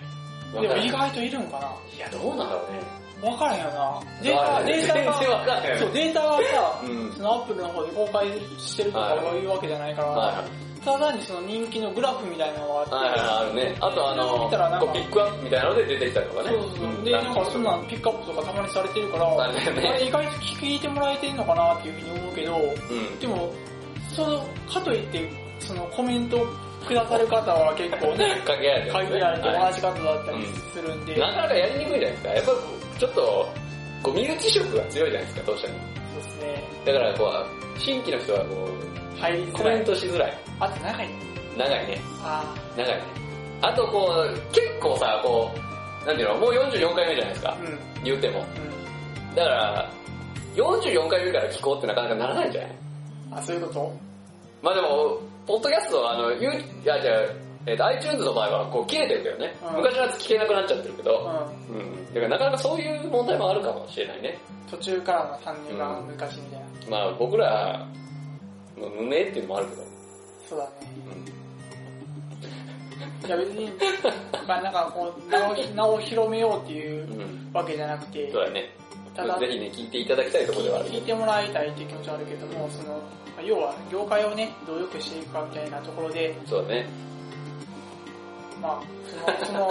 わかでもらない意い外といるんかや、どうなんだろうね。なわからへんよな。デーわかタ、んないデータ全 然わが、かんない。そう、データがさ、うんそのアップルの方で公開してるとかはいいうわけじゃないから、はいはいただ単にその人気のグラフみたいなのがあって、はいはいはい、あるね。あとあ見たらなんの、こかうピックアップみたいなので出てきたりとかね。そうそうそう。で、なんかそんなんピックアップとかたまにされてるから、 されてるねあれ意外と聞いてもらえてんのかなっていうふうに思うけど、うん。、でも、その、かといって、そのコメントくださる方は結構ねかけられてるね限られては同じ方だったりするんで、いなかなかやりにくいじゃないですか。やっぱちょっと、こう身内色が強いじゃないですか、どうしても。そうですね、だからこう、新規の人はこ入りう、づコらメいン。トしづらい。あと長い。長いね。あ長いね。あとこう、結構さ、こう、なんていうの、もう44回目じゃないですあ、かう。ん、うん。言うても。だから、44回目から聞こうってなかなかならないんじゃないあ、そういうことまあでも、ポッドキャストは、あの、ゆいや、じゃあ、えっ、と、iTunes の場合は、こう、切れてるけどね。うん昔のやつ聞けなくなっちゃってるけど。ううん。だから、なかなかそういう問題もあるかもしれないね。ん。途中からの参入が難しいみたいな。まあ、僕らの無名っていうのもあるけど。そうだね。うん。いや別 に、まあなんかこう、名を名を広めようっていううん。わけじゃなくて、そうだね。ただぜひね、聞いていただきたいところではあるけ聞いてもらいたいっていう気持ちはあるけども、その、まあ要は業界をね、どう良くしていくかみたいなところで、ど。そうだね。まあ、そ の、その、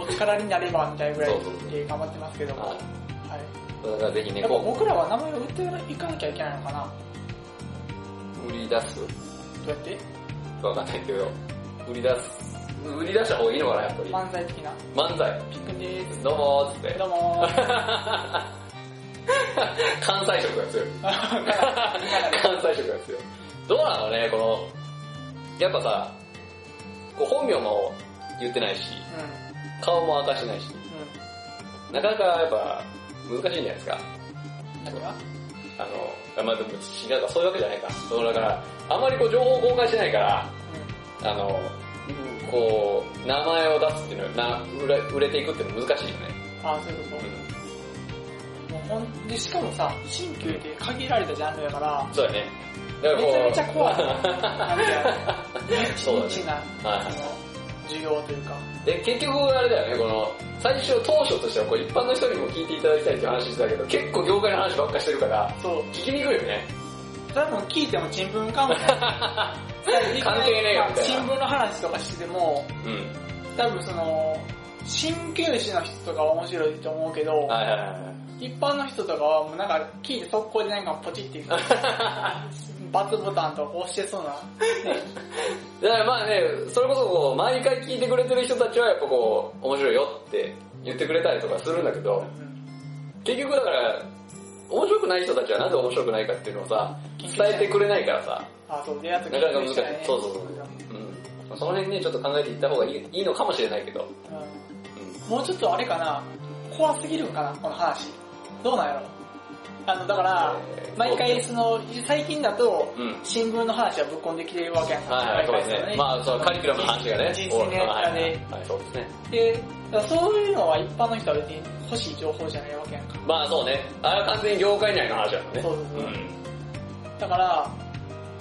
お力になればみたいなぐらいで頑張ってますけども、は。はいい。だから、ぜひね、やっぱこ僕らは名前を売っていかなきゃいけないのかなう、売り出す。どうやってわかんないけど、売り出す。売り出した方がいいのかな、やっぱり。漫才的な。漫才。ピックでーす。どうもーっつって。どうも ー。関西色が強い。は関西色が強い。どうなのね、この、やっぱさ、こう本名も言ってないし、いうん顔も明かしてないし、なかなかやっぱ難しいんじゃないですか。うん。だからあの、まあでも、なんかそういうわけじゃないか。そうだから、あまりこう情報を公開してないから、あの、こう、名前を出すっていうのはな売れ、売れていくっていうのは難しいよね。ああ、そういうこうんと。もうほんで、しかもさ、新旧って限られたジャンルやから、そうだね。だからこうめちゃめちゃ 怖いなんか、そうだねニッチな、はいあの、授業というか、で、結局あれだよね、この、最初当初としてはこう一般の人にも聞いていただきたいっていう話してたけど、結構業界の話ばっかしてるから、そう、聞きにくいよね。多分聞いてもちんぷ んかんぷん。関関係ねえよみたいな新聞の話とかしてても、うん。多分その、鍼灸師の人とかは面白いと思うけど、はいはいはいはい。一般の人とかはもうなんか聞いて速攻でなんかポチっていう バツボタンとか押してそうな。だからまあね、それこそこう、毎回聞いてくれてる人たちはやっぱこう、面白いよって言ってくれたりとかするんだけど、結局だから、面白くない人たちはなぜ面白くないかっていうのをさ、伝えてくれないからさ、あ、そう、出会ったなかなか難しいね。。そうそうそう。うん。その辺ね、ちょっと考えていった方がいいいいのかもしれないけど、ううん。んもうちょっとあれかな、怖すぎるんかな、この話。どうなんやろあの、だからえ、ー毎回その、最近だとうん、新聞の話はぶっこんできてるわけやんか。はいはい、そう毎です回のね。まあ、そのカリキュラムの話がね、人生のやつがはねいはいはい、そうですね。で、だからそういうのは一般の人は別に欲しい情報じゃないわけやんか。まあそうね、あれは完全に業界内の話だもんね。そうそうそううんだから、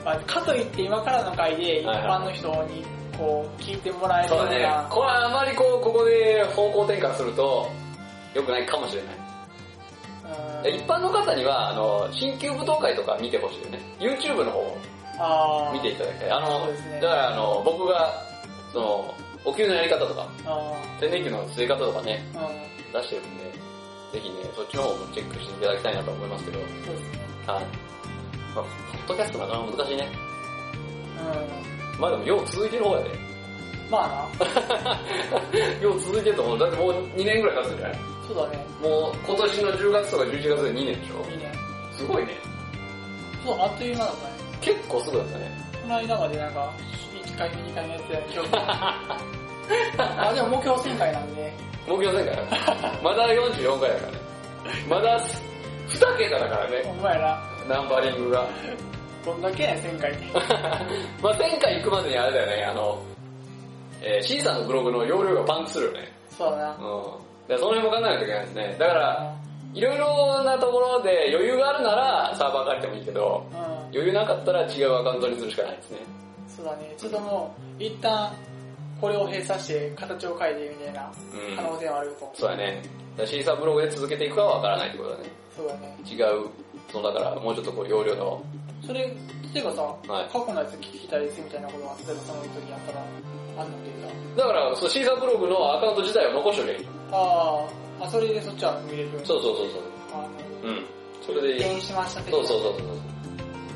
まあ、かといって今からの回で一はいはい般の人にこう、聞いてもらえるそうようだねな。。これはあまりこう、ここで方向転換すると、良くないかもしれない。う一ん般の方には、あの、新旧舞踏会とか見てほしいよね。YouTube の方をあー見ていただきたい。あの、そうですねだからあの、僕が、その、お給のやり方とか、あ天然給の吸い方とかね、ーう出してるんで、ぜひね、そっちの方もチェックしていただきたいなと思いますけど、はい。ん。そうですね。まあ、ポッドキャストなかなか難しいね。うまあでも、よう続いてる方やで。ん。まあよう続いてると思う。だってもう2年ぐらい経つんじゃないな、そうだね。もう今年の10月とか11月で2年でしょいいね。すごいね。そう、あっという間だったね。結構すぐだったね。この間までなんか、1回目、2回目やってた 記憶があ、でも目標1000回なんで、目標前回だ から。まだ44回だからね。まだ2桁だからね、お前ら、ナンバリングが。どんだけやねん、1000回って。 まあ前回行くまでにあれだよね、あの、えー、C さんのブログの容量がパンクするよね。そうだうんな。。でその辺も考えないといけないですね。だから、いろいろなところで余裕があるならサーバー借りてもいいけど、うん。余裕なかったら違うアカウントにするしかないですね。そうだね。ちょっともう、一旦、これを閉鎖して、形を変えてみたいなうん可能性はあると。そうだね。シーサーブログで続けていくかはわからないってことだね。そうだね。違う、そのだからもうちょっとこう容量の、それ、例えばさ、い過去のやつ聞きたいですみたいなことが、例えばその時あったら、あんのっていうか。だからそうシーサーブログのアカウント自体を残しとけばいい。あーあ、それでそっちは見れるように。そうそうそうあの、そう。うん。それでいい移。転しましたそうそうそうそうそう。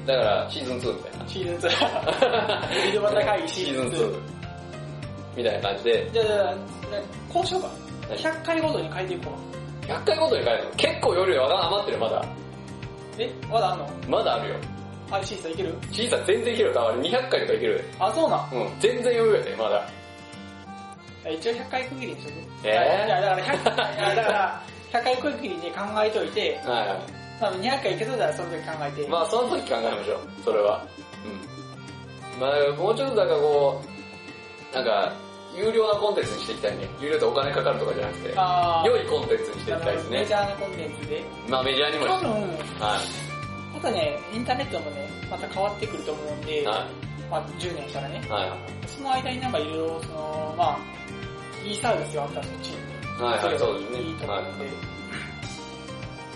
だからシーズン2みたいな。シーズン2。井戸 端会議シシーーズズンン2。 2。みたいな感じで、じゃあ、じゃあ、ねこうしようか。何100回ごとに変えていこう。 100回ごとに変えるの。結構容量が余ってるよまだ。え、まだあんのまだあるよ。あ、シーズンいけるシーサー全然いけるよ。あれ200回とかいけるよ。あ、そうなん。うん。全然余裕やで、まだ。一応100回区切りにしとく。えーいや だから100いやだから100回区切りに考えといて、はいはまあ、200回いけたらその時考えて、い。まあその時考えましょう。それは。うん。まあもうちょっとだからこう、なんか、有料なコンテンツにしていきたいね。有料ってお金かかるとかじゃなくて、あー良いコンテンツにしていきたいですメねジ。ャーなコンテンツで。まあメジャーにも多は分、い。またね、インターネットもね、また変わってくると思うんで、はまあ10年したらねい。、はい。その間になんかいろいろ、その、まあ、いいサービスがあったらそっちに。はいはい、そうですね。いいと思はういんで。。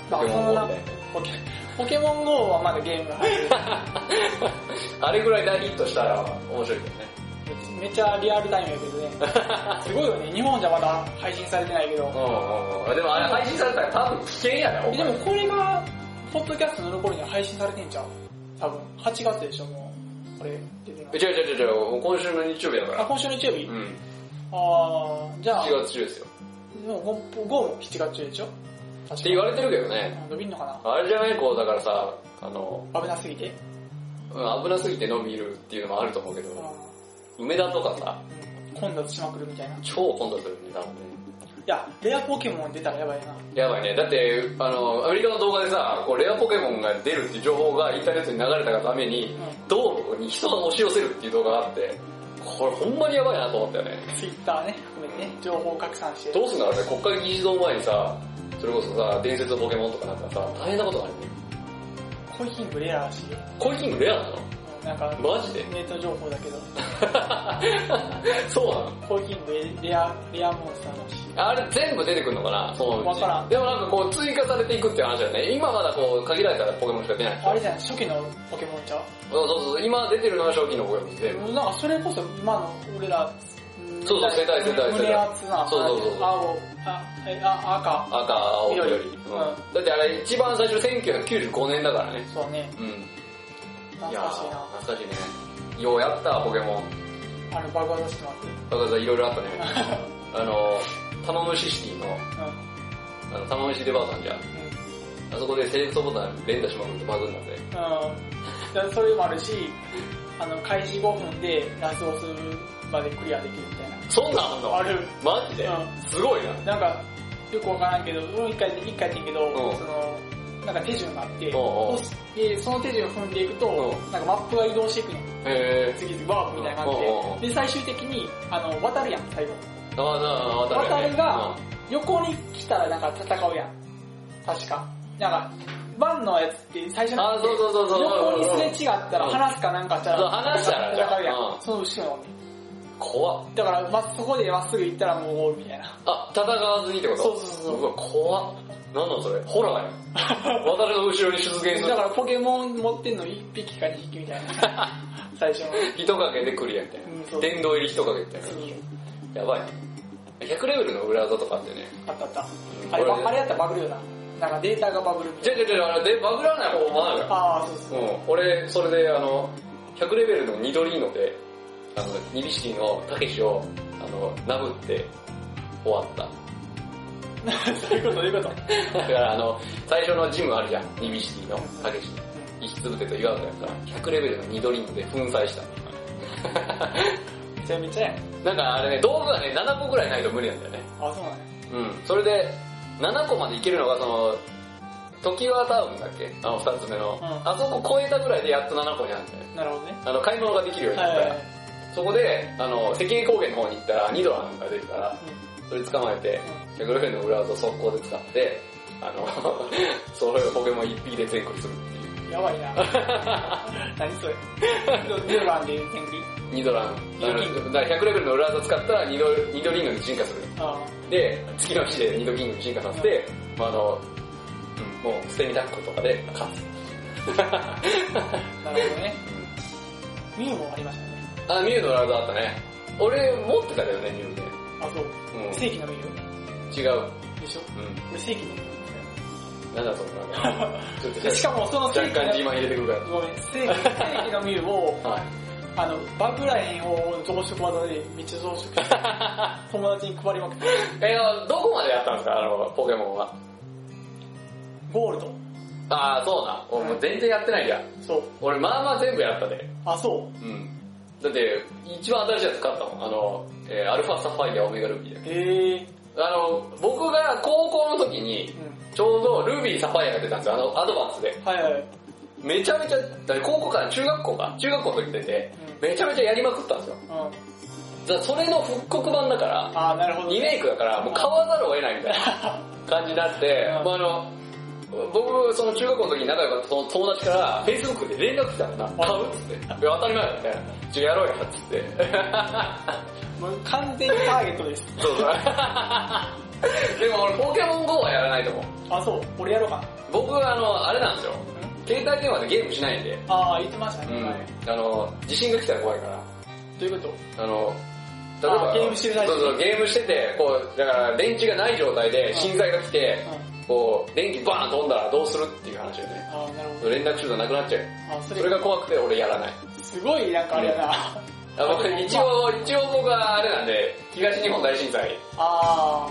まポあケモン GO みたいポケポケモン GO はまだゲームが入ってる。な。あれぐらい大ヒットしたら面白いけどね。めっちゃリアルタイムやけ どね。すごいよね。日本じゃまだ配信されてないけどうん。うんうん。でもあれ配信されたら多分危険やな、おえで前もこれが、ポッドキャストの頃には配信されてんちゃう多分。8月でしょ、もう。これ、出て違るう違う違う違う、今週の日曜日だかの。あ、ら。今週の日曜日、うん。あー、じゃあ、 7月中ですよ。もうゴゴーも7月中でしょ確かって言われてるけどね。伸びんのかなあれじゃないこう、だからさ、あの、危なすぎて。うん危なすぎて伸びるっていうのもあると思うけうど、ん梅田とかさ、混雑しまくるみたいな。い超混雑するんだもんね。や、レアポケモン出たらやばいな。やばいね。だって、あの、アメリカの動画でさ、こう、レアポケモンが出るっていう情報がインターネットに流れたがために、道路に人が押し寄せるっていう動画があって、これほんまにやばいなと思ったよね。ツイッターね、含めてね、情報拡散して。どうすんだろうね、国会議事堂前にさ、それこそさ、伝説のポケモンとかなんかさ、大変なことがあるね。コイヒングレアらしいよ。コイキングレアなのうんなんか、マジでネット情報だけど。そうなのコーヒーのレア、レアモンスターだし。あれ全部出てくるのかなそのうち。わからんでもなんかこう追加されていくっていう話だよね。今まだこう限られたポケモンしか出ない。あれじゃない、初期のポケモンちゃそうそうそう。今出てるのが初期のポケモンで。うなんかそれこそ今の俺ら、んそうそう世代世代世代胸熱な話そうそうそう青、あ、え、あ、赤。赤、青、緑。緑うんうんだってあれ一番最初1995年だからね。そうね、うん。い懐やかーしいな。懐かしいね。ようやったポケモン。あれ爆発しても高田さんいろいろあったね。らって。あの、玉虫シティの、あの、玉虫デパートあんじゃん。あそこでセレクトボタン連打しまくってバズるなんで。うん。うん。うん。それもあるし、あの、開始5分でラスボスまでクリアできるみたいそんなんあんな。あのる。マジでうんすごいな。なんか、よくわからんけど、もう一回で、一回でいいけど、うんその、なんか手順があって、んうんそしてその手順を踏んでいくと、うなんかマップが移動していくやん。へ次々ワープみたいな感じうんうんうんで。で、最終的に、あの、渡るやん、最後。ぇー。あ、な、渡るよね渡るが、横に来たらなんか戦うやん。確か。なんか、バンのやつって最初のあそうそうそうそう横にすれ違ったらうん話すかなんかしたそうら、話したら戦うやうんん。その後ろに。怖っ。だから、まあ、そこでまっすぐ行ったらもうゴールみたいな。あ、戦わずにってことそうそうそううわ、怖っ。なんなんそれホラー やん。私の後ろに出現するだ。からポケモン持ってんの1匹か2匹みたい な。最初の。人影でクリアみたいうんそな。う殿堂入り人影みたいなそう。そうやばい。100レベルの裏技とかあってね。あったあった。あれ、これあれやったらバグるよな。なんかデータがバグるみたいじゃじゃじゃあれで、バグらない方法もあるな。ああ、そうそう。うん、俺、それで、あの、100レベルのニドリーノで、あの、ニビシのたけしを、あの、なぶって終わった。 そういうこと、そういうこと。だから、あの、最初のジムあるじゃん、ニビシのたけし。石つぶてと岩田やったら、100レベルのニドリーノで粉砕した。めちゃめちゃやん。なんかあれね、道具がね、7個ぐらいないと無理なんだよね。あそうなんや。うん。それで、7個までいけるのが、その、時はタウンだっけあの、2つ目の。うんあそこ超えたぐらいでやっと7個になるんだよね。なるほどね。あの、買い物ができるようにはなっいたはいらはい。。そこで、あの、赤英高原の方に行ったら、ニドランが出てたから、それ捕まえて、100レベルの裏技を速攻で使って、あの、 それをポケモン一匹で全国するっていう。うんやばいな。 何それ。ゼロ番で天秤ニドラン。ニドキンだから100レベルの裏技使ったらニド、ニドリングに進化する。あで、次の日でニドキングに進化させて、まあ、あの、うんもう捨て身タックとかで勝つ。 あ、なるほどね。ミュウもありましたね。あ、ミュウの裏技あったね。俺持ってたけどね、ミュウね。あ、そう。う正規のミュウん。違う。でしょう俺正規のミュん。なんだそんなの。 ちょっとウしかもその正若規干自の慢入れてくるかごめん、正規正規のミュウを、ら。はい。あの、バグらへんを増殖技でめっちゃ増殖して、 友達に配りまくって、えー、どこまでやったんですかあの、ポケモンは。ゴールド。あー、そうな。俺もう全然やってないじゃん。そう。俺、まあまあ全部やったで。あ、そう。うん。だって、一番新しいやつ買ったもん。あの、えー、アルファサファイア、オメガルビーで。へえ。あの、僕が高校の時にう、ん。ちょうどルビー、サファイアが出たんですよ。あの、アドバンスで。はいはい。めちゃめちゃ、だから高校から中学校か。中学校の時出て、めちゃめちゃやりまくったんですよ。うん。うん。だからそれの復刻版だから、あー、なるほど。リメイクだから、もう買わざるを得ないみたいな感じになって、うんまああの、僕、その中学校の時に仲良かったその友達から、Facebook で連絡来たんだ。買うっつって。いや、当たり前だよみたいな。ちょ、やろうよっつって。もう完全にターゲットです。そう そう。でも俺、ポケモン GO はやらないと思う。あ、そう。俺やろうかな。僕はあの、あれなんですよ。うん携帯電話でゲームしないんで。ああ、言ってましたうね。んはい。あの、地震が来たら怖いから。どういうことあの、例えばあゲームしてる最中そうそう、ゲームしてて、こう、だから電池がない状態で震災が来て、うんこう、電気バーン飛んだらどうするっていう話よね。ああ、なるほど。連絡手段なくなっちゃう。あそそれれが怖くて俺やらない。すごい、なんかあれやな。ああ僕うん一応、一応僕はあれなんで、東日本大震災。あ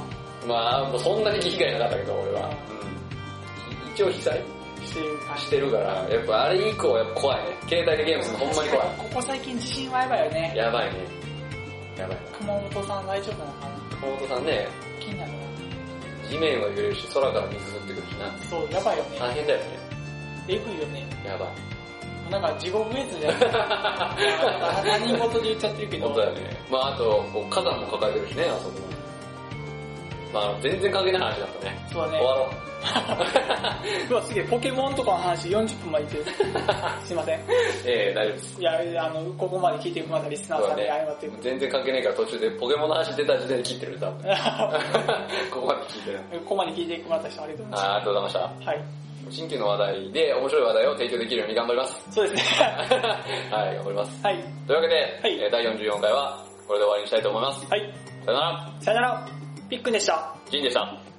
まあ、もうそんなに被害なかったけど、俺は。うん一応被災ー、してる感じし。てるから、やっぱあれ以降やっぱ怖いね。携帯でゲームするのほんまに怖い。ここ最近地震はやばいよね。やばいね。やばい。熊本さん大丈夫なのかな熊本さんね、気になるな。地面は揺れるし、空から水降ってくるしな。そう、やばいよね。大変だよね。えぐいよね。やばい。もうなんか地獄絵図じ ゃないなんか他人事で言っちゃってるけど。本当だよね。まああと、こう火山も抱えてるしね、あそこも。まあ全然関係ない話だったね。そうだ終ね。わろう。うわ、すげえ、ポケモンとかの話40分まで いってる。すいません。ええ大丈夫です。いや、あの、ここまで聞いてくださったリスナーさんに謝ってる。全然関係ないから途中でポケモンの話出た時点で切ってる、多分。 ここまで聞いてる。ここまで聞いてくださった人ありがとうござあいありがとうございまました。はい。した。新旧の話題で面白い話題を提供できるように頑張ります。 そうですね。 はい、頑張ります。はい。というわけで、はいえー第44回はこれで終わりにしたいと思います。はい。さよなら、さよなら。ピックンでした。ジンでした。